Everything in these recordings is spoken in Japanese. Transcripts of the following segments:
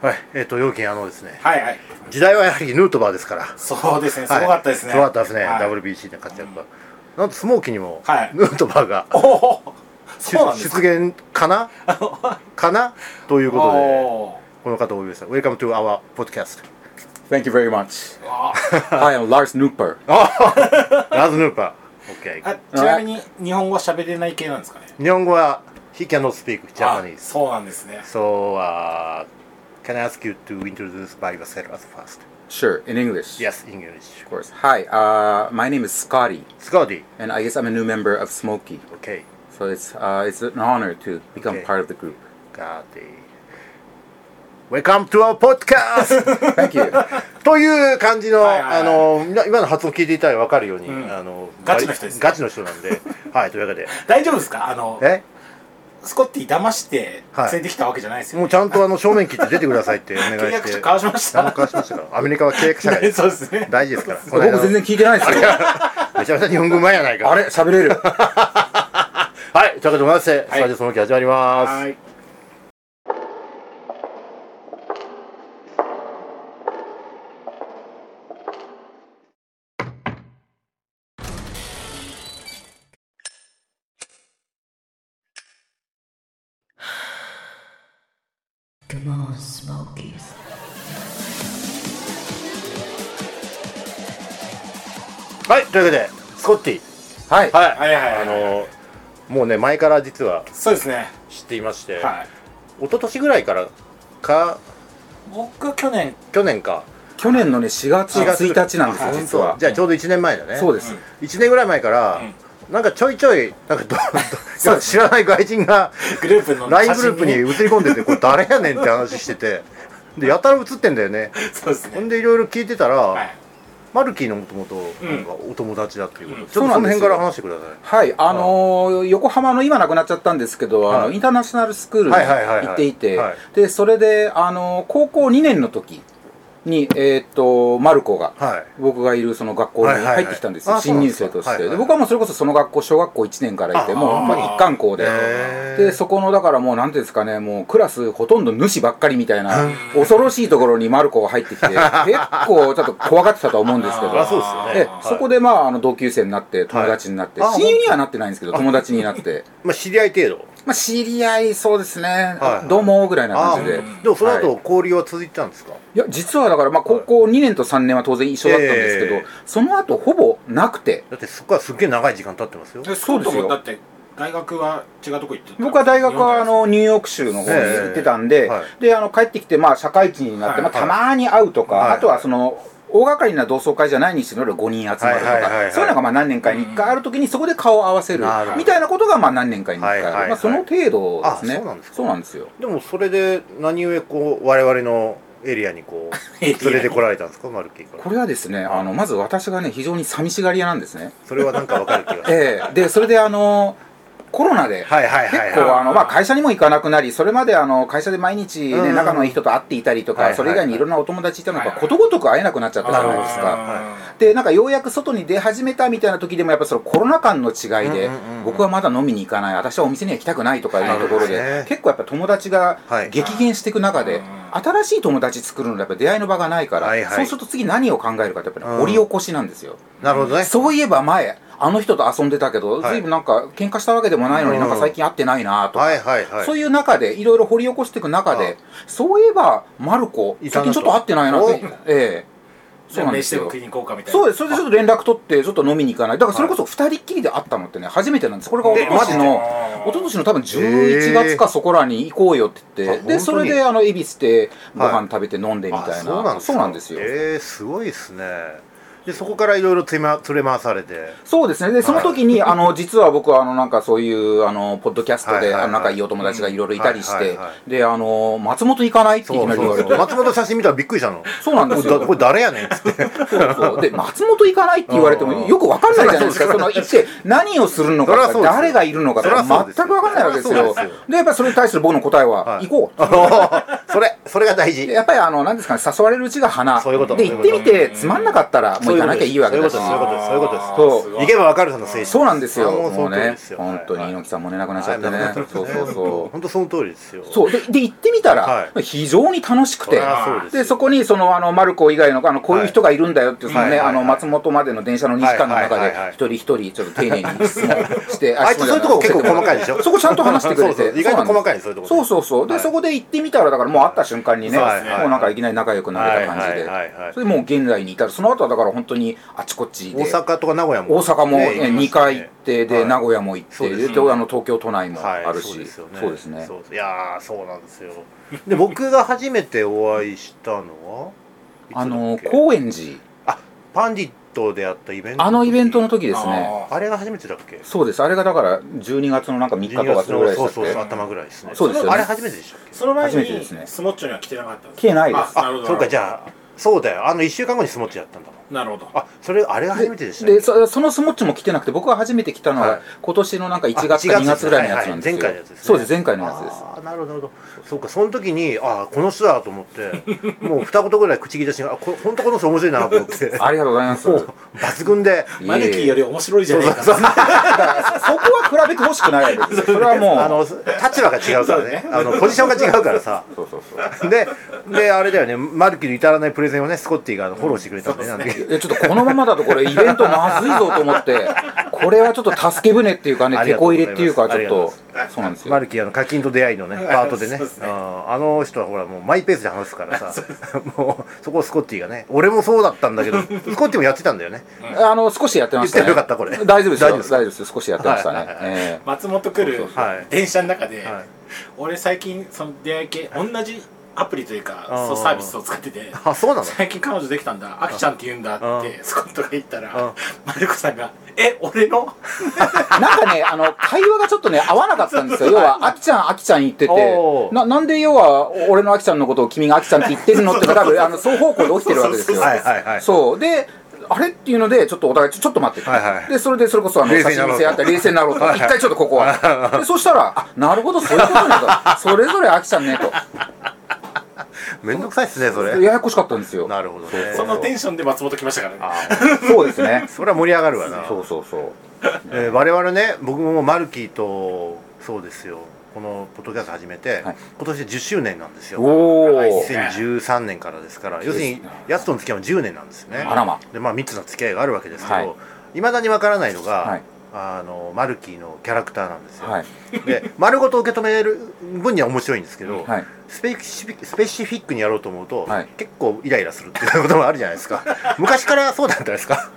はい、えっ、と、要件あのですね、はいはい時代はやはりヌートバーですから、すそうですねすごかったですね、すごかったですね、はい WBC で活躍が。なんと、スモーキーにも、はいヌートバーがおお出そうなんですか出現か なかなということで、おーこの方をお呼びした。Welcome to our podcast. Thank you very much. あ I am Lars Nooper. ラズヌーパ ー。あ OK。ちなみに日本語は喋れない系なんですかね日本語は、He cannot speak あ Japanese. そうなんですね So, uh, can I ask you to introduce by yourself as first? Sure, in English. Yes, English. Of course. Hi, uh, my name is Scotty, Scotty. and I guess I'm a new member of Smokey. Okay. So it's uh, it's an honor to become Okay. part of the group. Scotty. Welcome to our podcast! Thank you. という感じの、はいはいはいあの、みな今の発音聞いていただいてわかるように、んあの、ガチの人ですねガチの人なんで、 はい、というわけで。大丈夫ですかあのえスコッティ騙しては連いれてきたわけじゃないですよ、もうちゃんとあの、正面切って出てくださいってお願いして。契約書交わしましたあの交わしましたから。アメリカは契約者がそうです ね大事ですから。この間の僕全然聞いてないですよ。めちゃめちゃ日本語うまいやないか。あれ喋れる。はい、というわけでございまして、はい最初その気始まります。はいはい、というわけで、スコッティ。はい。はい、はいはいはいあのもうね、前から実はそうですね知っていまして、はい一昨年ぐらいからか、僕去年去年か、去年のね、4月1日なんですよ、本当実は。じゃあちょうど1年前だね。そうです。 1年ぐらい前から、なんかちょいちょい、なんか どど知らない外人が、グループの LINE 写グ真ループに映り込んでて、これ誰やねんって話してて、で、やたら映ってんだよね。そうですほねんで、いろいろ聞いてたら、はいマルキーのもともと、なんかお友達だっていうこと、ちょそっうとなそんのです辺かよら話してください。はい、あのー横浜の今なくなっちゃったんですけど、あはのいインターナショナルスクールにはいはいはいはい行っていて、はいでそれで、あのー高校2年の時に、えーっとマルコが、はい僕がいるその学校にはいはいはい入ってきたんですよ、あそう新なんで入すか生として、はいはいで僕はもうそれこそその学校小学校1年からいてあもうあーほんまに一貫校で。へーでそこのだからもうなんていうんですかねもうクラスほとんど主ばっかりみたいな恐ろしいところにマルコが入ってき て結構ちょっと怖がってたと思うんですけどあそうですよねえはいそこでまああの同級生になって友達になって、はいあ親友にはなってないんですけど友達になってまあ、知り合い程度。まあ知り合いそうですね、はいどうもぐらいなあー感じで、でもそのはい後、交流は続いてたんですか、いや実はだからまあ高校2年と3年は当然一緒だったんですけど、ええその後ほぼなくてだってそこはすっげえ長い時間経ってますよ。でそうスですよコットもだって大学は違うとこ行ってた僕は大学はあ日本のニューヨーク州の方に行ってたんええで、はいであの帰ってきてまあ社会人になって、はいまあ、たまに会うとか、はいあとはその大掛かりな同窓会じゃないにしろ5人集まるとか、はいはいはいはいそういうのがまあ何年かに1回あるときにそこで顔を合わせるなるほどみたいなことがまあ何年かに1回ある、はいはいはいまあ、その程度ですねあそうなんですかですよでもそれで何故こう我々のエリアにこう連れてこられたんですかマルキーからこれはですねあのまず私がね非常に寂しがり屋なんですねそれはなんかわかる気がするええでそれであのコロナではいはい結はい構はあの、まあ、会社にも行かなくなりそれまであの会社で毎日、ねうん仲のいい人と会っていたりとか、はいはいはいそれ以外にいろんなお友達いたのが、はいはいことごとく会えなくなっちゃったじゃないのですなるか。ほどあでなんかようやく外に出始めたみたいな時でもやっぱそのコロナ間の違いで、うんうんうんうん僕はまだ飲みに行かない私はお店には行きたくないとかいうところで、はいはいはい結構やっぱ友達がはい激減していく中で、新しい友達作るのでやっぱ出会いの場がないから、はいはいそうすると次何を考えるかってやっぱり、ねうん掘り起こしなんですよ。いなるほどねそういえば前あの人と遊んでたけど、はいずいぶんなんか喧嘩したわけでもないのに、うんなんか最近会ってないなとか、はいはいはいそういう中でいろいろ掘り起こしていく中ああでそういえばマルコいた最なと近ちょっと会ってないなおってええーそうなんで飯すでもよ食いに行こうかみたいなそうですそれでちょっと連絡取ってちょっと飲みに行かないだからそれこそ二人っきりで会ったのってね初めてなんですこれが一え昨年の一昨年の多分11月かそこらに行こうよって言っえて、ーあでそれであの恵比寿でごはい飯食べて飲んでみたいな、あそうなんですよえー、すごいですねでそこからいろいろ連れ回されてそうですね。で、その時に、あの、実は僕は、あの、なんかそういう、あの、ポッドキャストはいはいで、はいあの、仲いいお友達がいろいろいたりしはいてはいは、で、あの、松本行かないっていきなり言われて、松本の写真見たらびっくりしたのそうなんですよこれこれ誰やねんっつってそうそうで、松本行かないって言われてうんも、よくわかんないじゃないですか。その、行って、何をするのかそりゃとそうか、ですよ誰がいるのかとそりゃそうかで、すよ全くわかんないわけですそりゃよそうですよ。で、やっぱりそれに対する僕の答えはは、い行こう。それそれが大事でやっぱりあの何ですかね誘われるうちが花そういうことで行ってみてうんつまんなかったらもう行かなきゃいいわけだしそういうことですそういうことですそういうことですあーごい行けばわかるその精神そうなんですよあもうもうその通りねですよ本当にはい猪木さんもね亡くなっちゃってねはいそうそうそう本当その通りですよそうでで行ってみたらは非常に楽しくそてりゃそうですよでそこにそのあのマルコ以外のあのこういう人がいるんだよっていうそのはいねはいあはいの松本までの電車の2時間の中はいではいはいはい一人一人ちょっと丁寧に質問 してあいつそういうとこ結構細かいでしょそこちゃんと話してくれてそうそう意外と細かいですそういうとこそうそうそうではいそこで行ってみたらだからもう会った瞬間にねもそうですねうなんかいきなり仲良くなれた感じではいはいはいはいそれでもう現在に至るその後はだから本当にあちこちで大阪とか名古屋も大阪もね行きま2したね回行ってではい名古屋も行ってそうですでねあの東京都内もはいあるしそうですよねそうですねそういやーそうなんですよで僕が初めてお会いしたのはいつだっあけの高円寺パンディットでやったイベントあのイベントの時ですねあーあれが初めてだっけそうですあれがだから12月のなんか3日とかそれぐらいでそうしたそっうけそう頭ぐらいですねそうですよねあれ初めてでしたっけその前初めてでにすねスモッチョには来てなかったんです来てないですあなるほどそうかじゃあそうだよあの1週間後にスモッチやったんだもんなるほどあそれあれが初めてでしたねでそそのスモッチも来てなくて僕が初めて来たのははい今年のなんか1月あか1 2月ぐらいのやつなんですよはいはい前回のやつですねそうです前回のやつですああなるほどなるほどそうかその時にああこの人だと思ってもう二言ぐらい口切り出しながらあこ本当この人面白いなと思ってありがとうございますもう抜群でいえいえマネキンより面白いじゃそうないそうかそうそこは比べてほしくないです それはもうあの立場が違うからねあのポジションが違うからさそうそうそうでであれだよねマルキの至らないプレゼンをねスコッティがあのフォローしてくれたんで,、ねなんでいやちょっとこのままだとこれイベントまずいぞと思って これはちょっと助け舟っていうかねあり手がとうこござ入いますれっていうかちょっとあそうなんですよマルキあの課金と出会いのねパートでねそうですねあーあの人はほらもうマイペースで話すからさもうそこをスコッティがね俺もそうだったんだけどスコッティもやってたんだよねあの少しやってましたね言ってなかったこれ大丈夫です大丈よ夫です大丈夫です少しやってましたはいねはいはいえ松本来るはい電車の中ではい俺最近その出会い系同じアプリというかあーそうサービスを使っててあそうなの最近彼女できたんだ、アキちゃんって言うんだっうて、スコットが言ったうんら、マルコさんが、え、俺のえなんかねあの会話がちょっとね合わなかったんですよ要はあきちゃんあきちゃん言ってておーななんで要は俺のあきちゃんのことを君があきちゃんって言って るのって多分あの双方向で起きてるわけですよはいはいはいそうであれっていうのでちょっとお互いちょちょっと待ってて、はいはいでそれでそれこそあの冷差静しになろうと見せあったり冷静になろうとはい一回ちょっとここはでそしたらあなるほどそういうことなんだとそれぞれあきちゃんねめんどくさいっすねそとれややこしかったんですよなるほどねそのテンションで松本来ましたからね。あそうですねーそれは盛り上がるわなそうそうそうえー我々ね僕もマルキーとそうですよこのポッドキャスト始めて、はい今年で10周年なんですよおおはい2013年からですから要するにやつとの付き合いも10年なんですよねあらまでまあ3つの付き合いがあるわけですけど、はいいまだにわからないのが、はいあのマルキーのキャラクターなんですよ、はいで丸ごと受け止める分には面白いんですけど、はいスペシフィスペシフィックにやろうと思うと、はい結構イライラするっていうこともあるじゃないですか昔からそうだったんですか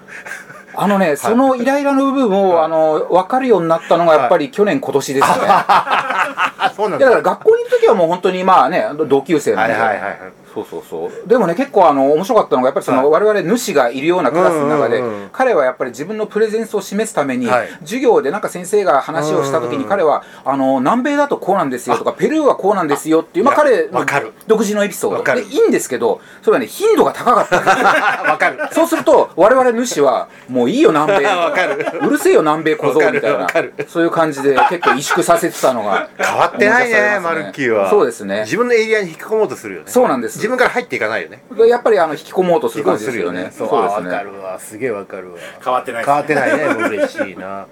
あのね、そのイライラの部分を、あの、分かるようになったのが、やっぱり去年、今年ですね。いや、あそうなんだかだら学校に行く時はもう本当に、まあね、同級生なはんいで。はいはいはいそうそうそう。でもね、結構、あの、面白かったのが、やっぱりその、我々主がいるようなクラスの中でうんうんうん、彼はやっぱり自分のプレゼンスを示すためにはい、授業でなんか先生が話をした時うんうんに、うん彼は、あの、南米だとこうなんですよとか、ペルーはこうなんですよっていう、まあいや彼のわかる独自のエピソーわド。かで、るいいんですけど、それはね、頻度が高かった。あ わかるそうすると、我々主は、もういいよ、南米。 わかるうるせえよ南米小僧みたいなわかるわかそういう感じで結構萎縮させてたのが変わってない思い出さねれますマルキーはそうですね自分のエリアに引き込もうとするよねそうなんです自分から入っていかないよねやっぱりあの引き込もうとす引るき込も感うじとですするよよねねそうそうであすーねわかるわすげえわかるわ変わってないです変わってないねもう嬉しいな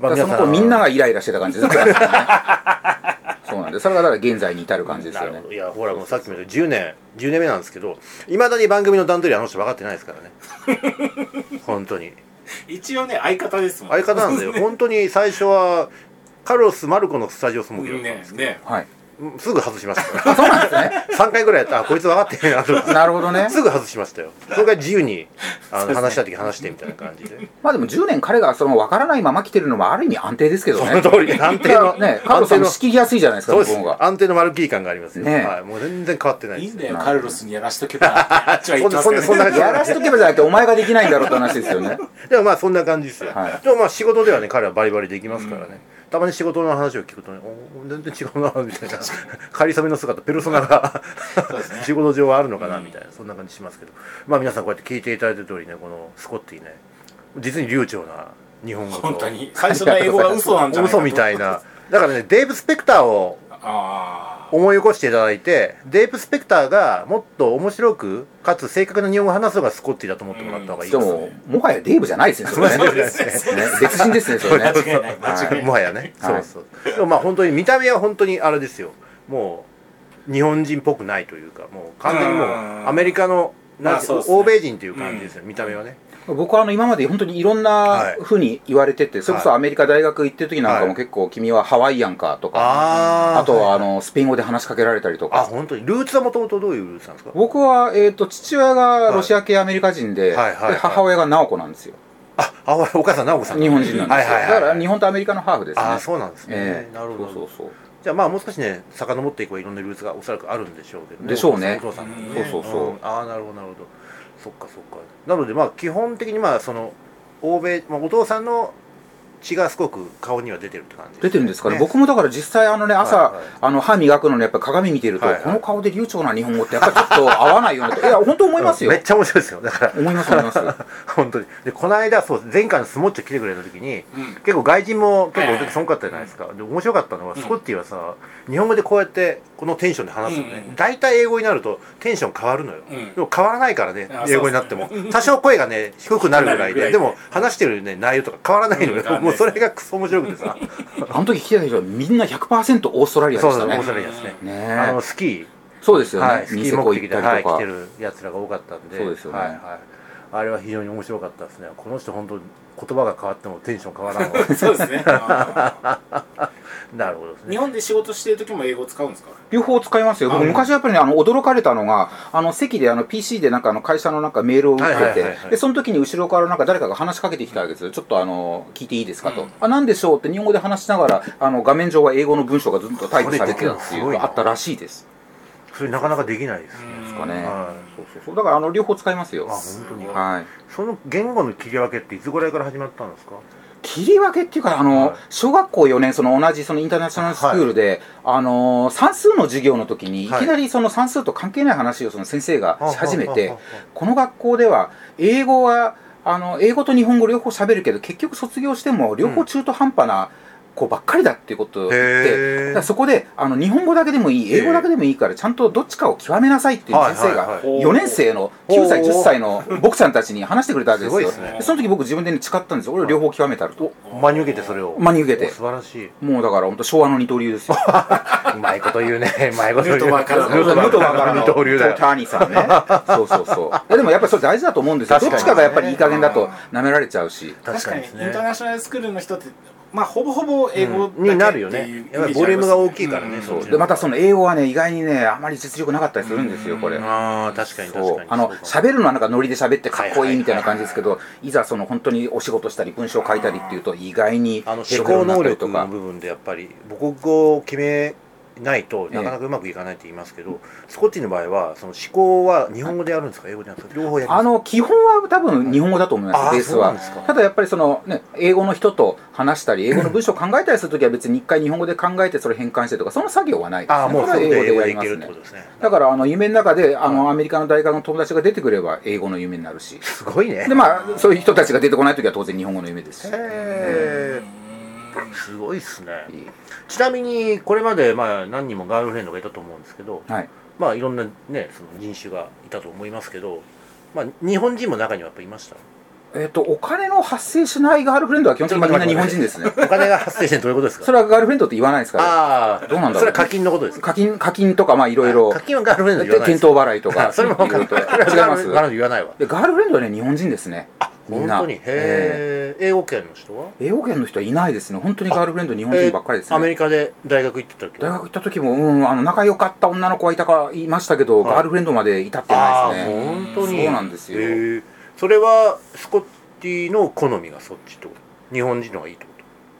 まだからその子みんながイライラしてた感じですクラスでねそうなんでそれがだから現在に至る感じですなよるねほどいやほらもうさっきも言った10年10年目なんですけどいまだに番組の段取りあの人分かってないですからね 本当に一応ね、相方ですもん。相方なんだよ本当に最初はカルロス・マルコのスタジオスモーキーだったんねで、すけね。はいど、うんすぐ外しましたからそう なんですね3回ぐらいやったあこいつ分かってないなと思ってなるほどねすぐ外しましたよそれから自由にあの話したい時話してみたいな 感じでまあでも10年彼がその分からないまま来てるのもある意味安定ですけどそのね通り安定のねカールさん安定も仕切りやすいじゃないですかそうです向こうが安定のマルキー感がありますよ、ねえはい、もう全然変わってないいでいすんだよ、カルロスにやらし とけば。あっちは言ってますけどねそんなそんなやらしとけばじゃなくてお前ができないんだろうって話ですよねでもまあそんな感じですよ、はいでもまあ仕事ではね彼はバリバリできますからね、たまに仕事の話を聞くとねお全然違うなみたい な仮初めの姿ペルソナがそうですね 仕事上はあるのかなみたいな、そんな感じしますけどまあ皆さんこうやって聞いていただいた通りねこのスコッティね実に流暢な日本語と本当に。最初の英語が嘘なんじゃないかと嘘みたいなだからねデーブ・スペクターをあ思い起こしていただいてデープ・スペクターがもっと面白くかつ正確な日本語を話すのがスコッティだと思ってもらった方がいいでですね、ももはやデーブじゃないですねそれねそうですねそうねです別人ですねそれね間違いない間違いないもはやね、はいそうそうでもまあ本当に見た目は本当にあれですよもう日本人っぽくないというかもう完全にもううんアメリカのなんてまあそうですね欧米人という感じですよ、見た目はね僕はあの今まで本当にいろんなふうに言われてて、それこそアメリカ大学行ってる時なんかも結構君はハワイアンかとか、ああとはあのスペイン語で話しかけられたりとあか本当にルーツはもともとどういうルーツなんですか僕は、えー、と父親がロシア系アメリカ人で,、はいはいはいで母親が直子なんですよああお母さん直子さん日本人なんですよ、はいはいはいだから日本とアメリカのハーフですねああそうなんですね、ええなるほどそうそうじゃあまあもう少しね遡っていけばいろんなルーツがおそらくあるんでしょうけどでしょうねお父さんのねうんそうそうそうんああなるほどなるほどそっかそっかなのでまあ基本的にまあその欧米、まあ、お父さんの血がすごく顔には出てるって感じそう出てるんですかねね僕もだから実際あのね朝、はいはいあの歯磨くのねやっぱ鏡見てると、はいはいこの顔で流暢な日本語ってやっぱりちょっと合わないよねといや本当思いますよ、うんめっちゃ面白いですよだから思います思います本当にでこの間そう前回のスモッチョ来てくれた時にうん結構外人も結構お客さん多かったじゃないですかで面白かったのはうんスコッティはさ日本語でこうやってこのテンションで話すのうんねうん大体英語になるとテンション変わるのようんでも変わらないからねあ英語になってもそうそう多少声がね低くなるぐらいで低くなるぐらいででも話してるね内容とか変わらないのうん変わよらもなういそれがクソ面白くてさあの時来てた人はみんな100%オーストラリアでそうしそたう面ね白いですねねあえのスキーそうですよね、はい、スキニセーコ目行っ的で、たりとはい、来か、てるやつらが多かったんでそうですよねはいはい、あれは非常に面白かったですねこの人本当言葉が変わってもテンション変わらん わそうですね あなるほどですー日ね本で仕事してる時も英語使うんですか両方使いますよ、僕うん昔はやっぱりね、あの驚かれたのが、あの席であの PC でなんかあの会社のなんかメールを打はいっはいてはいはて、いでその時に後ろからなんか誰かが話しかけてきたわけですよ、ちょっとあの聞いていいですかと、うんあなんでしょうって、日本語で話しながら、あの画面上は英語の文章がずっとタイプされてるっていそれできるのすごういなあったらしいです。それなかなかできないですね、うんかねはそうそうそうだからあの両方使いますよい、あ。本当にすごいはい、その言語の切り分けっていつぐらいから始まったんですか切り分けっていうか、あの、はい小学校4年、その同じそのインターナショナルスクールで、あの、算数の授業の時に、いはいきなりその算数と関係ない話をその先生がし始めて、はこの学校では英語はあの英語と日本語両方喋るけど結局卒業しても両方中途半端な子ばっかりだっていうことを言って、だへからそこであの日本語だけでもいい英語だけでもいいからちゃんとどっちかを極めなさいっていう先生はいはいがはい4年生の9歳おー10歳の僕ちゃんたちに話してくれたわけですよすごいですねでその時僕自分で、ね、誓ったんですよ俺両方極めたると真に受けてそれを真に受けてお素晴らしいもうだから本当昭和の二刀流ですようまいこと言う ねうまいこと言うヌートバーからのヌートバーからの二の二刀流だよターニーさんねそうそうそういやでもやっぱりそれ大事だと思うんですよ確どかっにちかがやっぱりいい加減だと舐められちゃうし確かにインですターナショナルスクールの人ってまあほぼほぼ英語だけうんになるよねっていうイメージやっぱりボリュームが大きいからねありますそうんうでまたその英語はね意外にねあまり実力なかったりするんですよこれ。ああ確かに確そかうにあのる喋るのはなんかノリで喋ってかっこいいみたいな感じですけどいざその本当にお仕事したり文章書いたりっていうと意外にあのヘ思コヘコ考にな能ったり力とのか部分でやっぱり母国語を決めないとなかなかうまくいかないって言いますけど、スコッチの場合はその思考は日本語でやるんですか、英語でやるんですか両方やりますあの基本は多分日本語だと思います、あーベースそうなんはですかただやっぱりその、ね、英語の人と話したり英語の文章を考えたりするときは別に一回日本語で考えてそれ変換してとかその作業はないですねああもうそそれれでは英語やでりいまけるすってねことですねだからあの夢の中であのアメリカの大学の友達が出てくれば英語の夢になるしすごいねでまあそういう人たちが出てこないときは当然日本語の夢ですしへうんーすごいっすねちなみにこれまでまあ何人もガールフレンドがいたと思うんですけどはい、まあいろんなねその人種がいたと思いますけどまあ日本人も中にはやっぱいましたえっ、とお金の発生しないガールフレンドは基本的にみんな日本人ですねお金が発生してどういうことですかそれはガールフレンドって言わないですからああどうなんそだろうれは課金のことですか課金課金とかまあいろいろ課金はガールフレンドで言わないで店す頭払いと かそれもい分かろんいないろと違いガーまルフすレンド言わないわでガールフレンドはね日本人ですねみん本な当にへえ英語圏の人は英語圏の人はいないですね本当にガールフレンド日本人ばっかりですアメねリカで大学行ってた時大学行った時も、うん、あの仲良かった女の子はいたかいましたけど、はいガールフレンドまで至ってあなあいですね本当にそうなんですよへえそれはスコッティの好みがそっちと日本人の方がいいってこ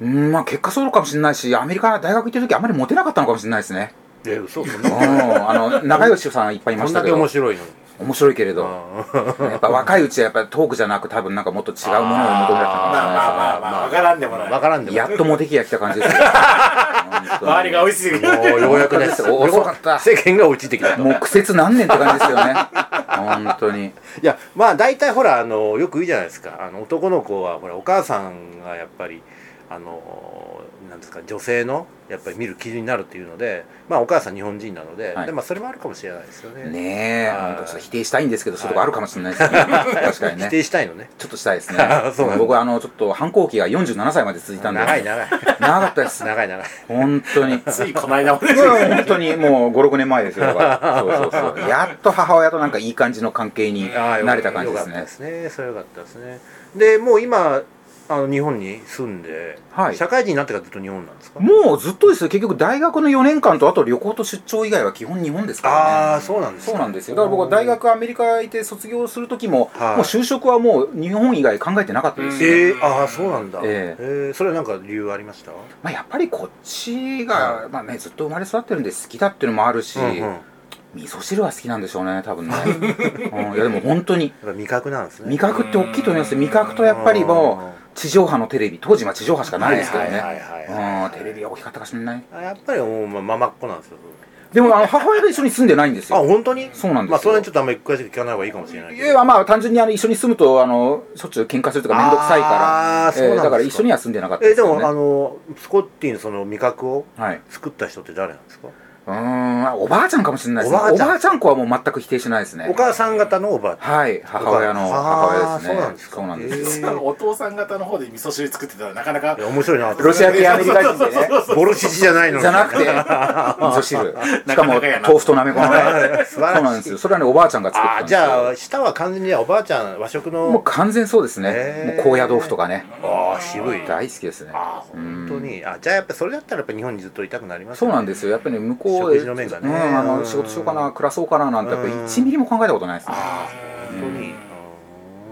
うんまあ結果そうかもしれないしアメリカ大学行ってる時あまりモテなかったのかもしれないです ねとえ嘘そんうなんあの仲良しさんいっぱいいまこんしただけけど面白いのに面白いけれどあーやっぱ若いうちはやっぱトークじゃなく多分なんかもっと違うものを求められたまあかもまあまあしれないですねまあわからんでもないわからんでもやないっとモテ期が来た感じですよ周りが追いついてくるもうようやく ですお遅かった世間が落ちてきたともう苦節何年って感じですよね本当にいやまあ大体ほらあのよく言うじゃないですかあの男の子はほらお母さんがやっぱりあのなんですか女性のやっぱり見る基準になるっていうので、まあ、お母さん日本人なので,、はいでまあ、それもあるかもしれないですよねねえ、はい本当ちょっと否定したいんですけど、そういうとこあるかもしれないですね。確かに否ね。定したいのね。ちょっとしたいですねそうなんだ僕はあの、ちょっと反抗期が47歳まで続いたんで。長い長い長かったです。長い長い本当に。ついこの間までいやいや本当にもう5、6年前ですよ。だからそうそうそう。やっと母親となんかいい感じの関係にああよなれた感じですよかったねで。すねそれよかったですねでもう今あの日本に住んで、はい社会人になってからずっと日本なんですかもうずっとですよ。結局大学の4年間とあと旅行と出張以外は基本日本ですからね。ああそうなんですかそうなんですよ。だから僕は大学アメリカ行って卒業する時も、はいもう就職はもう日本以外考えてなかったですね。えー、ああそうなんだええーそれは何か理由ありましたまあ、やっぱりこっちが、まあね、ずっと生まれ育ってるんで好きだっていうのもあるし、うんうん、やっ味噌汁は好きなんでしょうね多分ね、うん、いやでも本当にぱ味覚なんですね味覚って大きいと思いますよ味覚とやっぱりもうう地上波のテレビ当時は地上波しかないですけどはいはいねはいはいうんテレビは大きかったかしれないあやっぱりもうまママっ子なんですよでもあの母親が一緒に住んでないんですあよ本当にそうなんですよまあそれはちょっとあんまり詳しく聞かない方がいいかもしれないいけどやまあ単純にあの一緒に住むとあのしょっちゅう喧嘩するとか面倒くさいからあーそうなんですかだから一緒には住んでなかったえーですでよもねあのスコッティのその味覚をはい、作った人って誰なんですかうーんおばあちゃんかもしれないですねおばあおばちゃんあちゃん子はもう全く否定しないですねお母さん方のおばあちゃんはい、母親の母あー親ですね。そうなんですかそうなんですよ。へ実は お父さん方の方で味噌汁作ってたらなかなかいや面白いなロシア系アメリカ人でね、ボルシチじゃないのにじゃ なくて、味噌汁。しかも、なかなかやなトーストなめこのね。素そう晴らしいなんですよ。それはね、おばあちゃんが作っあたんーですじよ。ゃあ下は完全におばあちゃん和食もうの完全そうですへーね。もう高野豆腐とかね。ああ渋い大好きですね。ああうん本当にあじゃあやっぱそれだったらやっぱ日本にずっといたくなりますそうなんでですよ。やっぱりね向こうで、食事の面がねうん、あの、仕事しようかな、暮らそうかななんて、やっぱり1ミリも考えたことないですね。ああ本当に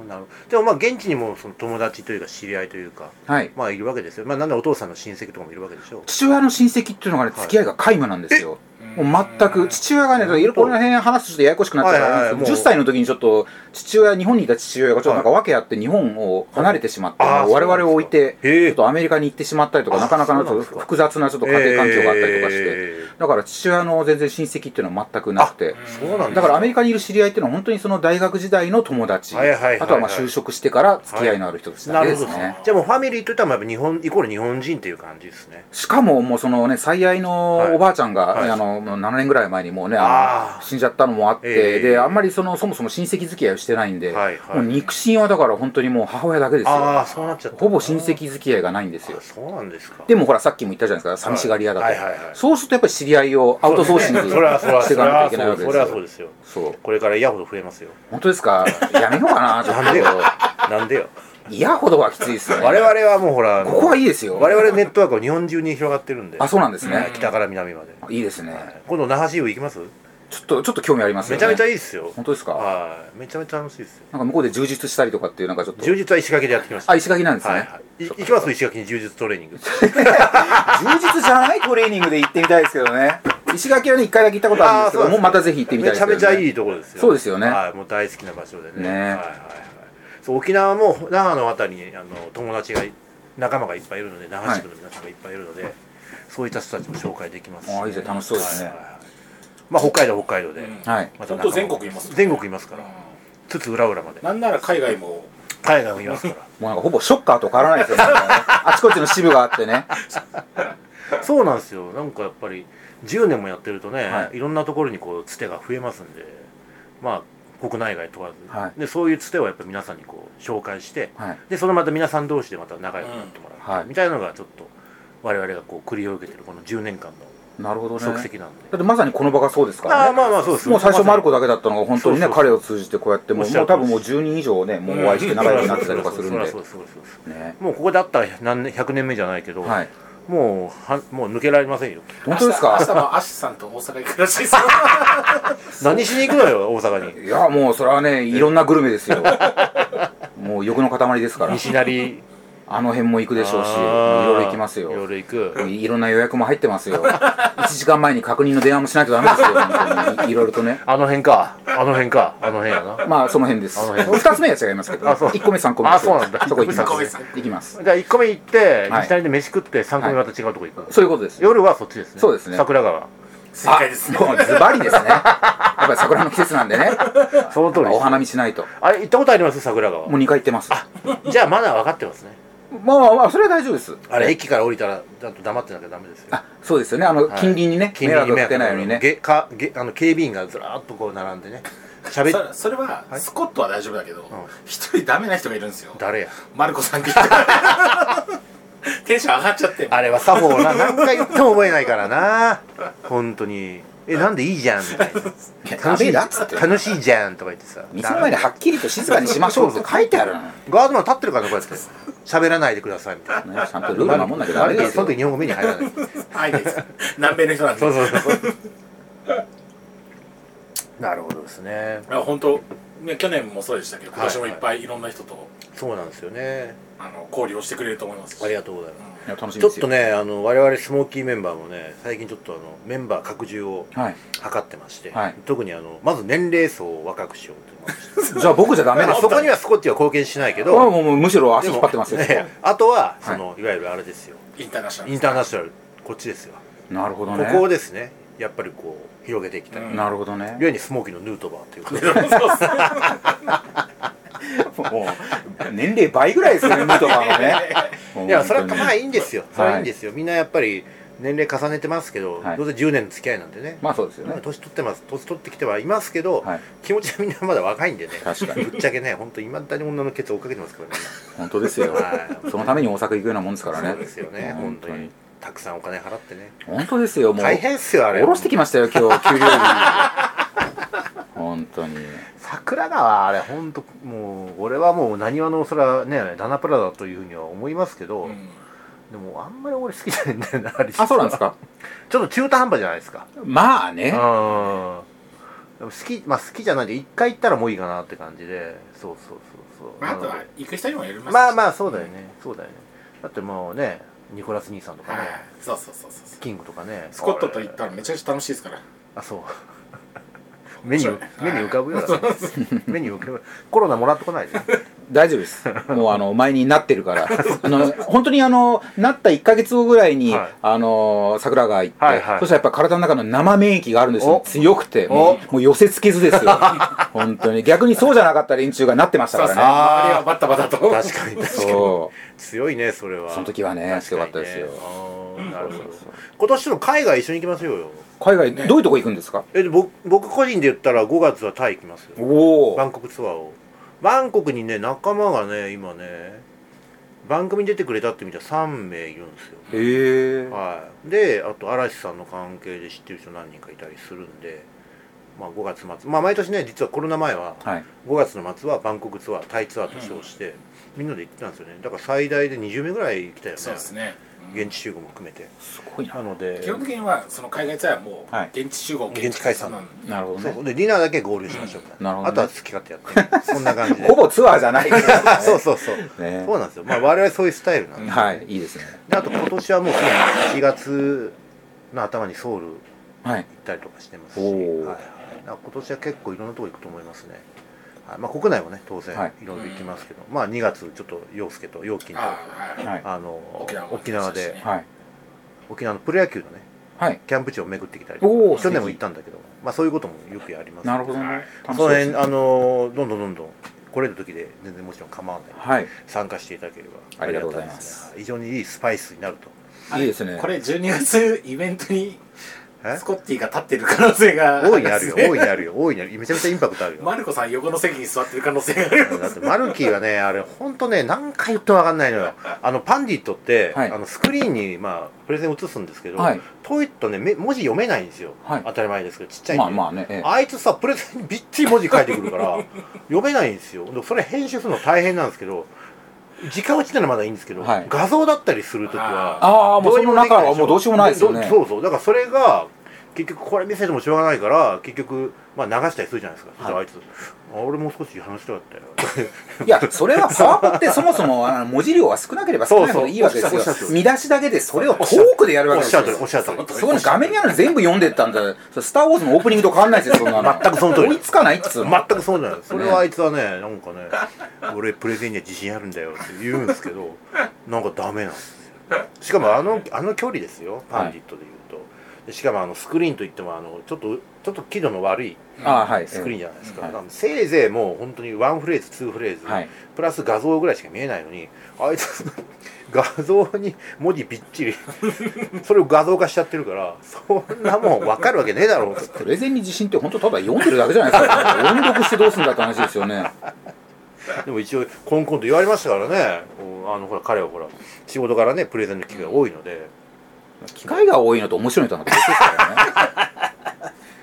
うんなるほどでもまあ現地にもその友達というか知り合いというかはい。まあいるわけですよまあなんでお父さんの親戚とかもいるわけでしょう父親の親戚っていうのがね、付き合いが皆無なんですよ。もう全く、父親がね、うんいろこの辺話すとちょっとややこしくなっちゃうからあれなんですけど、10はい歳の時にちょっと、父親、日本にいた父親がちょっとなんか訳あって日本を離れてしまって、あー我々を置いて、へちょっとアメリカに行ってしまったりとか、あなかなかのちそうょなんっですかと複雑なちょっと家庭環境があったりとかして、えだから父親の全然親戚っていうのは全くなくて、ーそうなんですだからアメリカにいる知り合いっていうのは本当にその大学時代の友達、はいはいはいはいあとはまあ就職してから付き合いのある人たちだなけでるすほどね。じゃあもうファミリーといったらやっぱ日本イコール日本人っていう感じですねしかももうそのね最はい愛のおばあちゃんが、はいあのもう7年ぐらい前にもうねああーの死んじゃったのもあって、ええであんまりそのそもそも親戚付き合いをしてないんで、はいはいもう肉親はだから本当にもう母親だけですよああそうなっちゃったほぼ親戚付き合いがないんですあよそうなんですかでもほらさっきも言ったじゃないですか寂しがり屋だと、はいはいはいはいそうするとやっぱり知り合いをアウトソーシングそれはそれはしていそれかなきゃはいけないわけそですれはそうよですよそうこれから嫌ほど増えますよ本当ですかやめようかなちょなんでよっなん でよと嫌ほどはきついですよね我々はもうほらここはいいですよ我々ネットワークは日本中に広がってるんであそうなんですはいね、北から南までいいですね、今度那覇市部行きますちょっとちょっと興味ありますよめねちゃめちゃいいですよ本当ですかはいめちゃめちゃ楽しいですよなんか向こうで充実したりとかっていうなんかちょっと充実は石垣でやってきましたあ石垣なんですね、はいはいい行きます石垣に充実トレーニング充実じゃないトレーニングで行ってみたいですけどね石垣はね一回だけ行ったことあるんですけあーそうどですもうまたぜひ行ってみためいちですゃよねめちゃいいところですよそうですよねはいもう大好きな場所でねねはいはいはいそう沖縄も那覇のあたりにあの友達がい仲間がいっぱいいるので那覇市区の皆さんがいっぱいいるので、そういった人たちも紹介できますしあーいいですね楽しそうですねはいはいはいまあ北海道は北海道で、うんはいまた仲間本当全国います全国いますから津々浦々までなんなら海外も海外もいますかもうなんかほぼショッカーと変わらないです よねなんかねあちこちの支部があってねらそうなんですよなんかやっぱり10年もやってるとね、、はいろんなところにこうつてが増えますんでまあ国内外問わず、はいでそういうつてをやっぱり皆さんにこう紹介してはいでそのまた皆さん同士でまた仲良くなってもうんらはういみたいなのがちょっと我々がこう繰り広げてるこの10年間のなるほどね足だ跡なんで、ってまさにこの場がそうですかああらねまあまあそうですもう最初マルコだけけだったのが本当にそうねそうそう彼を通じてこうやってもおうっしゃるもう通り多分もう10人以上ねもうお会いして仲良くなってたりとかするんでそうそうそうそうそうねもうここだったら何年100年目じゃないけど、はいもうはもう抜けられませんよ本当です明日かもアシさんと大阪行くらしいですよ何しに行くのよ大阪にいやもうそれはねいろんなグルメですよもう欲の塊ですから西成あの辺も行くでしょうしあいーろいろ行きますよいろいろ行くいろんな予約も入ってますよ。1時間前に確認の電話もしないとダメですよ本当に。いろいろとね。あの辺かあの辺かあの辺やなまあ、その辺です。あの辺2つ目は違いますけど、あそう1個目、3個目。あそうなんだそこ行き一個目ます三個。行きます。じゃあ1個目行ってはい西成で飯食って3個目また違うとこ行く、そういうことです。夜はそっちですねそうですね桜川正解ですねあもうズバリですね。やっぱり桜の季節なんでね。その通りですお花見しないと。あれ行ったことあります桜川もう2回行ってます。じゃあマナー分かってますねまあまあまあそれは大丈夫ですあれ駅から降りたらちゃんと黙ってなきゃダメですよあそうですよねあのはい近隣にね、近迷隣惑に迷かけ惑ないようにねげかげあの警備員がずらーっとこう並んで ね喋っそそれははいスコットは大丈夫だけどん一人ダメな人がいるんですよ誰やマルコさんって 言ってテンション上がっちゃってあれは作法 な何回言っても覚えないからな本当にえなんでいいじゃんみたいな楽しべいえだっつって楽しいじゃんとか言ってさ店の前ではっきりと静かにしましょうって書いてあるのガードマン立ってるからねこうやって喋らないでくださいみたいなねちゃんとルール守んなきゃダメあでれすそよの時日本語目に入らない はいです南米の人なんでそうそうそうなるほどですねいや本当ね去年もそうでしたけど今年もはいいっぱいいろんな人と、そうなんですよねあの交流をしてくれると思いますしありがとうございますいや楽しみちょでっすとよねあの我々スモーキーメンバーもね最近ちょっとあのメンバー拡充をはい測ってまして、はい特にあのまず年齢層を若くしようと思いま してじゃあ僕じゃダメまだあっ そたこにはスコッチは貢献しないけあどもうもうむしろ足で引っも張ってますよ、ねあとはその、い、わゆるあれですよインターナショナルインターナショナルこっちですよ、なるほどこねこをですねやっぱりこう広げていきたい、ういんわなるほどねゆるスモーキーのヌートバーということでそうっすねもう年齢倍ぐらいですよね武藤さんはねも ういやそれはまあ本いいんですよ、それはいいんですよみんなやっぱり年齢重ねてますけど、はいどうせ10年の付き合いなんでね当に、まあそうですよまあね年取ってます年取ってきてはいますけど、はい気持ちはみんなまだ若いんでね確かにぶっちゃけね本当いまだに女のケツ追っかけてますからね本当ですよはい そのために大阪行くようなもんですからそうねですよね本本当当ににたくさんお金払ってね本当ですよもう大変っすよあれ下ろしてきましたよ今日給料日本当に桜川あれ本当もう俺はもう何わのそれはねダナプラだというふうには思いますけど、 うんでもあんまり俺好きじゃないんだよなあれあそうなんですか ちょっと中途半端じゃないですかまあねうんでも好きまあ好きじゃないで一回行ったらもういいかなって感じでそうそうそうそうまああとなはので行く人にもよりますしまあまあそうだよねそうだよねだってもうねニコラス兄さんとかはいねそうそうそうそうキングとかねスコットと行ったらめちゃくちゃ楽しいですからあそう目に面白目いに浮かぶようだね目に浮かぶコロナもらってこ ないで大丈夫ですもうあの前になってるからあの本当にあのなった1か月後ぐらいに、はいあの桜川行って、はいはいそしたらやっぱ体の中の生免疫があるんですおよ強くてもうもう寄せ付けずですよ本当に逆にそうじゃなかった連中がなってましたそうかですねらね周りはバッタバタと確かに確かにそ強いねそれはその時はね確強にかったですよあーなるほどそうそうそう今年の海外一緒に行きましょうよう海外、ねどういうとこ行くんですかえで僕僕個人で言ったら5月はタイ行きますよおバおンコクツアーをバンコクにね仲間がね今ね番組に出てくれたってみたら3名いるんですよへえはい、であと嵐さんの関係で知ってる人何人かいたりするんで、まあ、5月末、まあ、毎年ね実はコロナ前ははい5月の末はバンコクツアータイツアーと称して、みんなで行ってたんですよねだから最大で20名ぐらい来たよねそうですね現地集合も含めてすごいななので基本的にはその海外ツアーはもはいう現地集合現地解散なんでなるほどそねうでディナーだけ合流しましょうみたいななるほどあとはね好き勝手やって そんな感じでほぼツアーじゃないですよ そうそうそう、ねそうなんですよ、まあ、我々そういうスタイルなんで,、はいいいですねであと今年はもうすでに1月の頭にソウル行はいったりとかしてますし、おーはいはいなんか今年は結構いろんなとこ行くと思いますね、はいまあ、国内もね当然はいいろいろ行きますけど、まあ2月ちょっと陽介と陽金とああはいはいあの沖縄も沖縄で、はい沖縄のプロ野球のねはいキャンプ地を巡ってきたりおー去年も行ったんだけど、まあ、そういうこともよくやりますなるほどねはい楽しそみので辺すねあのどんどんどんどん来れる時で全然もちろん構わないはい参加していただければありがとうございますありがたいでね非常にいいスパイスになるといいですねこれ12月イベントにえスコッティが立ってる可能性が大いにあるよですね大いにあるよ大いにあるめちゃめちゃインパクトあるよマルコさん横の席に座ってる可能性があるだってマルキーはねあれ本当ね何回言っても分かんないのよあのパンディットって、はいあのスクリーンに、まあ、プレゼン映すんですけど、はい遠いとねめ文字読めないんですよ、はい当たり前ですけどちっちゃいんで、まあまあねええあいつさプレゼンにびっちり文字書いてくるから 読めないんですよでそれ編集するの大変なんですけど時間落ちたらまだいいんですけど、はい画像だったりするときはああもどうそにのでき中ないはもうどうしようもないですよでねどそうそうだからそれが結局これ見せてもしょうがないから結局まあ流したりするじゃないですか、そしたらあいつあ俺もう少し話したかったよ いやそれはパワポってそもそもあの文字量が少なければ少ないほどいいわけでそうそうおっしゃるす通より見出しだけでそれをトークでやるわおっけでしすゃよるとりおっしゃるとりそこに画面にあるの全部読んでったんだそれスター・ウォーズのオープニングと変わんないですよそんなの全くその通り追いつかないっつうの全くそうじゃないそれはあいつはねなんかね 「俺プレゼンには自信あるんだよ」って言うんですけ どなんかダメなんですよしかもあのあの距離ですよパンディットで言うと、でしかもあのスクリーンといってもあのちょっとちょっと輝度の悪いあーはいスクリーンじゃないですか,、うんはいだからせいぜいもう本当にワンフレーズツーフレーズ、はいプラス画像ぐらいしか見えないのにあいつ画像に文字びっちりそれを画像化しちゃってるからそんなもん分かるわけねえだろうっつってプレゼンに自信って本当ただ読んでるだけじゃないですか音読してどうすんだって話ですよねでも一応コンコンと言われましたからねおあのほら彼はほら仕事からねプレゼンの機会が多いので、機会が多いのと面白いのとは別ですから ね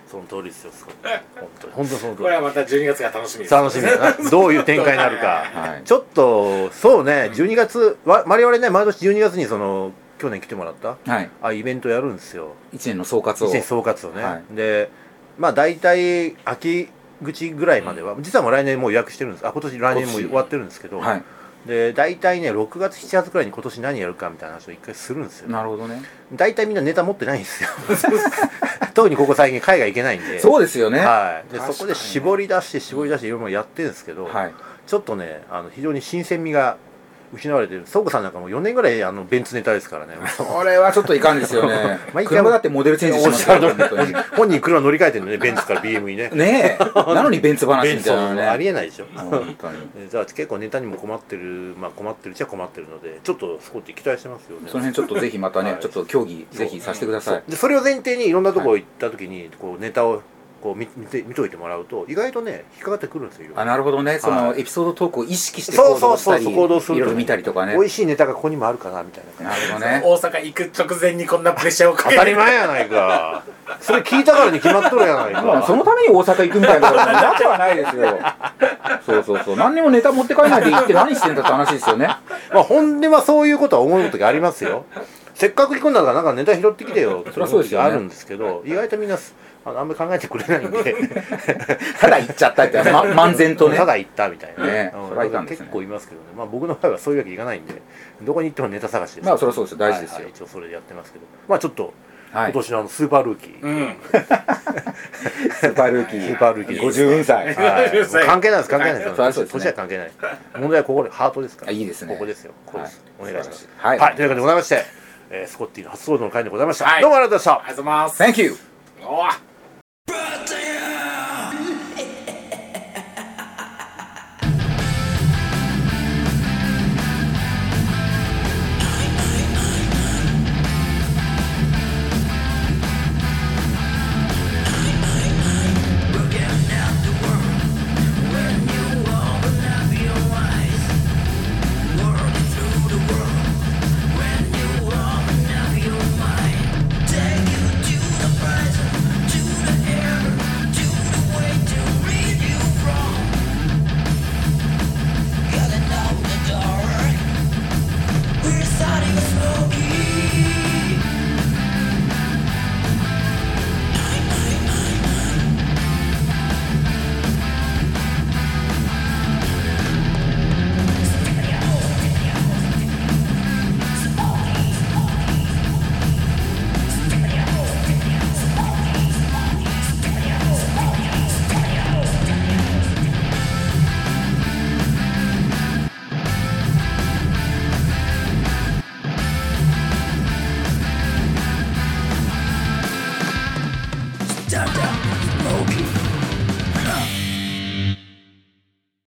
その通りですよスコット本当に本当にその通これはまた12月が楽しみでりす楽しみだ などういう展開になるか、はいちょっとそうね12月わ我々ね毎年12月にその去年来てもらったはいあイベントやるんですよ一年の総括一を年総括をね、はでまあ大体秋口ぐらいまでは、実はもう来年もう予約してるんですあ今年来年も終わってるんですけど、はいで大体ね6月7月ぐらいに今年何やるかみたいな話を一回するんですよなるほどね大体みんなネタ持ってないんですよ 特にここ最近海外行けないんでそうですよねははい、で確かにねそこで絞り出して絞り出していろいろやってるんですけど、いちょっとねあの非常に新鮮味が失われてる倉庫さんなんかもう4年ぐらいあのベンツネタです からねこれはちょっといかんですよね 毎回車だってモデルチェンジしおまっすしゃからる本通当にり本人車乗り換えてるのねベンツから BM にね ねえ なのにベンツ話ベンみツたいはなねありえないでしょ本当にじゃあ結構ネタにも困ってるまあ困ってるっちゃ困ってるのでちょっとスコッティ期待してますよねその辺ちょっとぜひまたね、はいちょっと協議ぜひさせてくださいでそれを前提にいろんなとこ行った時にこうネタをこう見見て見といてもらうと意外とね引っかかってくるんですよあなるほどねそのはエピソードトークを意識してそう行そ動うしたそうりそう行動するいろいろ見たりとかね美味しいネタがここにもあるかなみたいな感なるほど大ね阪行く直前にこんなプレッシャーをじかけ当たりて前やないか それ聞いたからに決まっとるやないまあか そのために大阪行くみたいなことはなくはないで すよそうそうそう何にもネタ持って帰らないで行って何してんだって話ですよねまあ本音はそういうことは思う時ありますよせっかく行くんだからなんかネタ拾ってきてよってそり思ゃそううです時よがねあるんですけど意外とみんなすあのあんまり考えてくれないんでただ行っちゃったって、ま、漫然とねただ行ったみたいな、ねうんそれはいかんです結ね構いますけどね、まあ、僕の場合はそういうわけいかないんでどこに行ってもネタ探しですまあそりゃそうですよ大事ですよはいはい一応それでやってますけどまあちょっとは今い年のあのスーパールーキー、うんスーパールーキースーパールーキーです54歳はい50歳関係ないです関係ないですはいそりゃそうですね年は関係ない問題はここでハートですからあいいですねここですよここです、はおい願いしますはいというわけでございまして、えースコッティの初登場の会でございました、はいどうもありがとうございましたありがとうございます Thank you おー